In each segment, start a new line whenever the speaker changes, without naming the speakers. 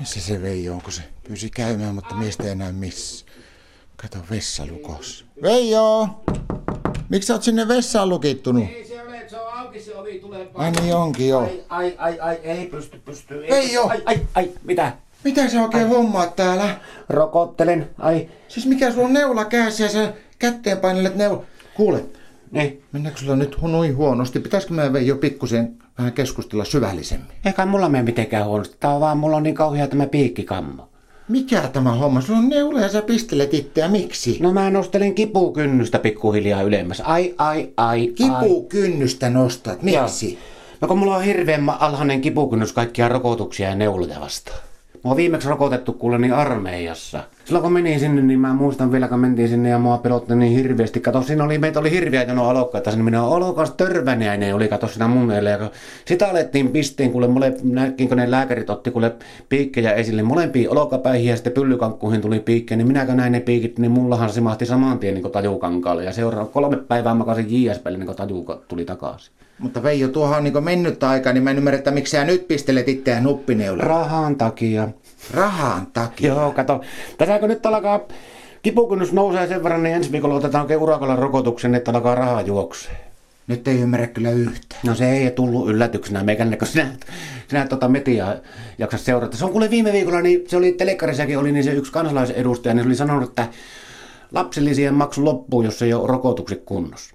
Missä se Veijo on, kun se pyysi käymään, mutta miestä ei enää missä. Kato vessalukos. Veijo! Miksi sä oot sinne vessaan lukittunut?
Ei se ole, se on auki se ovi, tulee
Ai niin onkin jo.
Ai, ai, ai, ai, ei pysty, pysty.
Ei oo.
Ai, ai, ai, mitä?
Mitä sä oikein hommaat täällä?
Rokottelen, ai,
Siis mikä sulla on neula kädessä ja sä kätteen painelet neula? Kuule,
niin.
mennäänkö sulla nyt noin huonosti? Pitäisikö mä Veijo pikkusen vähän keskustella syvällisemmin?
Eikä mulla mene mitenkään huonosti, tää on vaan, mulla on niin kauhea tämä piikkikammo.
Mikä tämä homma? Sulla on neula ja sä pistelet itseä. Miksi?
No mä nostelin kipukynnystä pikkuhiljaa ylemmäs. Ai, ai, ai, ai.
Kipukynnystä nostat. Miksi?
No kun mulla on hirveän ma- alhainen kipukynnys kaikkia rokotuksia ja neuloja vastaan. Mua on viimeksi rokotettu kuule niin armeijassa. Silloin kun menin sinne, niin mä muistan vielä, kun mentiin sinne ja mua pelotti niin hirveästi. Kato, siinä oli, meitä oli hirveä jono alokkaita. Sinne minä alokas törvänäinen oli, kato sinä mun meille. Ja kun sitä alettiin pisteen, kuule, mole, näkin, kun ne lääkärit otti kuule piikkejä esille. Molempiin olkapäihin ja sitten pyllykankkuihin tuli piikkejä. Niin minäkö näin ne piikit, niin mullahan se mahti saman tien niin tajukankaalle. Ja seuraava kolme päivää makasin JS päälle, niin kun taju tuli takaisin.
Mutta Veijo, tuohan on niin mennyt aika, niin mä en ymmärrä, että miksi sä nyt pistelet itseään nuppineulaan.
Rahan takia.
Rahan takia.
Joo, kato. Tässäkö nyt alkaa, kipukynnys nousee sen verran, niin ensi viikolla otetaan oikein urakalla rokotuksen, että alkaa rahaa juoksee.
Nyt ei ymmärrä kyllä yhtään.
No se ei tullut yllätyksenä meikänne, kun sinä, sinä tota metiaa jaksa seurata. Se on kuule viime viikolla, niin se oli telekkarissakin oli niin se yksi kansalaisedustaja, niin se oli sanonut, että lapsellisien maksu loppuu, jos ei ole rokotukset kunnossa.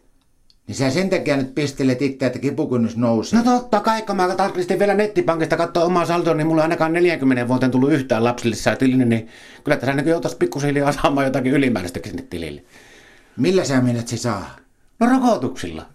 Niin sä sen takia nyt pistelet itseä, että kipukynnys nousee.
No totta kai, kun mä tarkistin vielä nettipankista katsoa omaa saldoa, niin mulla ei ainakaan 40 vuoteen tullut yhtään lapsillisää tilille, niin kyllä tässä niin joutaisi pikkuhiljaa saamaan jotakin ylimääräistäkin sinne tilille.
Millä sä menet se saa?
No rokotuksilla.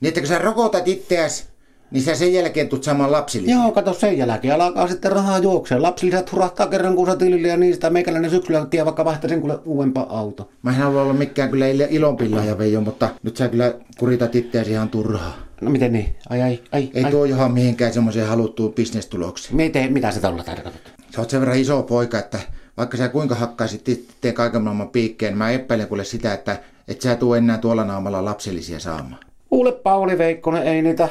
Niin että kun sä rokotat itseäsi, niin sä sen jälkeen tulet saamaan lapsille.
Joo, kato sen jälkeen alkaa sitten rahaa juoksee. Lapsillisät hurahtaa kerran kuussa tilille ja niistä meikäläinen syksyllä tie vaikka vaihtaisin kuule uudempaa auto.
Mä en halua olla mikään kyllä il- ilonpillaaja Veijo, mutta nyt sä kyllä kuritat itseäsi ihan turhaa.
No miten niin? Ai ai ai.
Ei
ai.
tuo johon mihinkään semmoiseen haluttuun bisnestulokseen.
Miten, mitä se tuolla tarkoitat?
Sä oot sen verran iso poika, että vaikka sä kuinka hakkaisit itse kaiken maailman piikkeen, mä epäilen kuule sitä, että et sä tuu enää tuolla naamalla lapsellisia saamaan.
Kuule Pauli Veikkonen, ei niitä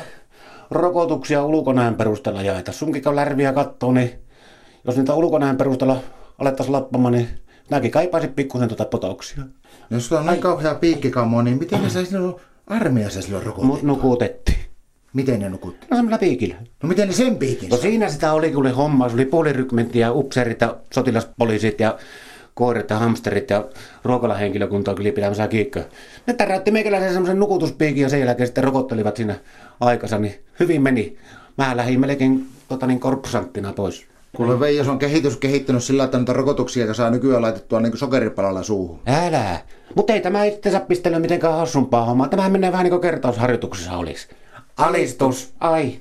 rokotuksia ulkonäön perusteella jaeta. Sunkin kun lärviä kattoo, niin jos niitä ulkonäön perusteella alettaisiin lappamaan, niin nämäkin kaipaisi pikkusen tuota potoksia.
No, Jos sulla on niin kauhea piikkikammo, niin miten ne sä silloin armeijassa silloin rokotit?
Mut nukutettiin.
Miten ne nukutti?
No semmoilla piikillä.
No miten ne sen piikin?
No siinä sitä oli kyllä homma. Se oli puolirykmenttiä, ja upseerit ja sotilaspoliisit ja koirat ja hamsterit ja ruokalahenkilökuntaa kyllä pitämässä kiikkoja. Ne täräytti meikäläisen semmoisen nukutuspiikin ja sen jälkeen sitten rokottelivat siinä aikansa, niin hyvin meni. Mä lähdin melkein tota niin, korpsanttina pois.
Kuule Veijo, se on kehitys kehittynyt sillä, että noita rokotuksia joka saa nykyään laitettua niin kuin sokeripalalla suuhun.
Älä. Mutta ei tämä itsensä pistely mitenkään hassumpaa hommaa. Tämähän menee vähän niin kuin kertausharjoituksessa olisi. Alistus. Ai.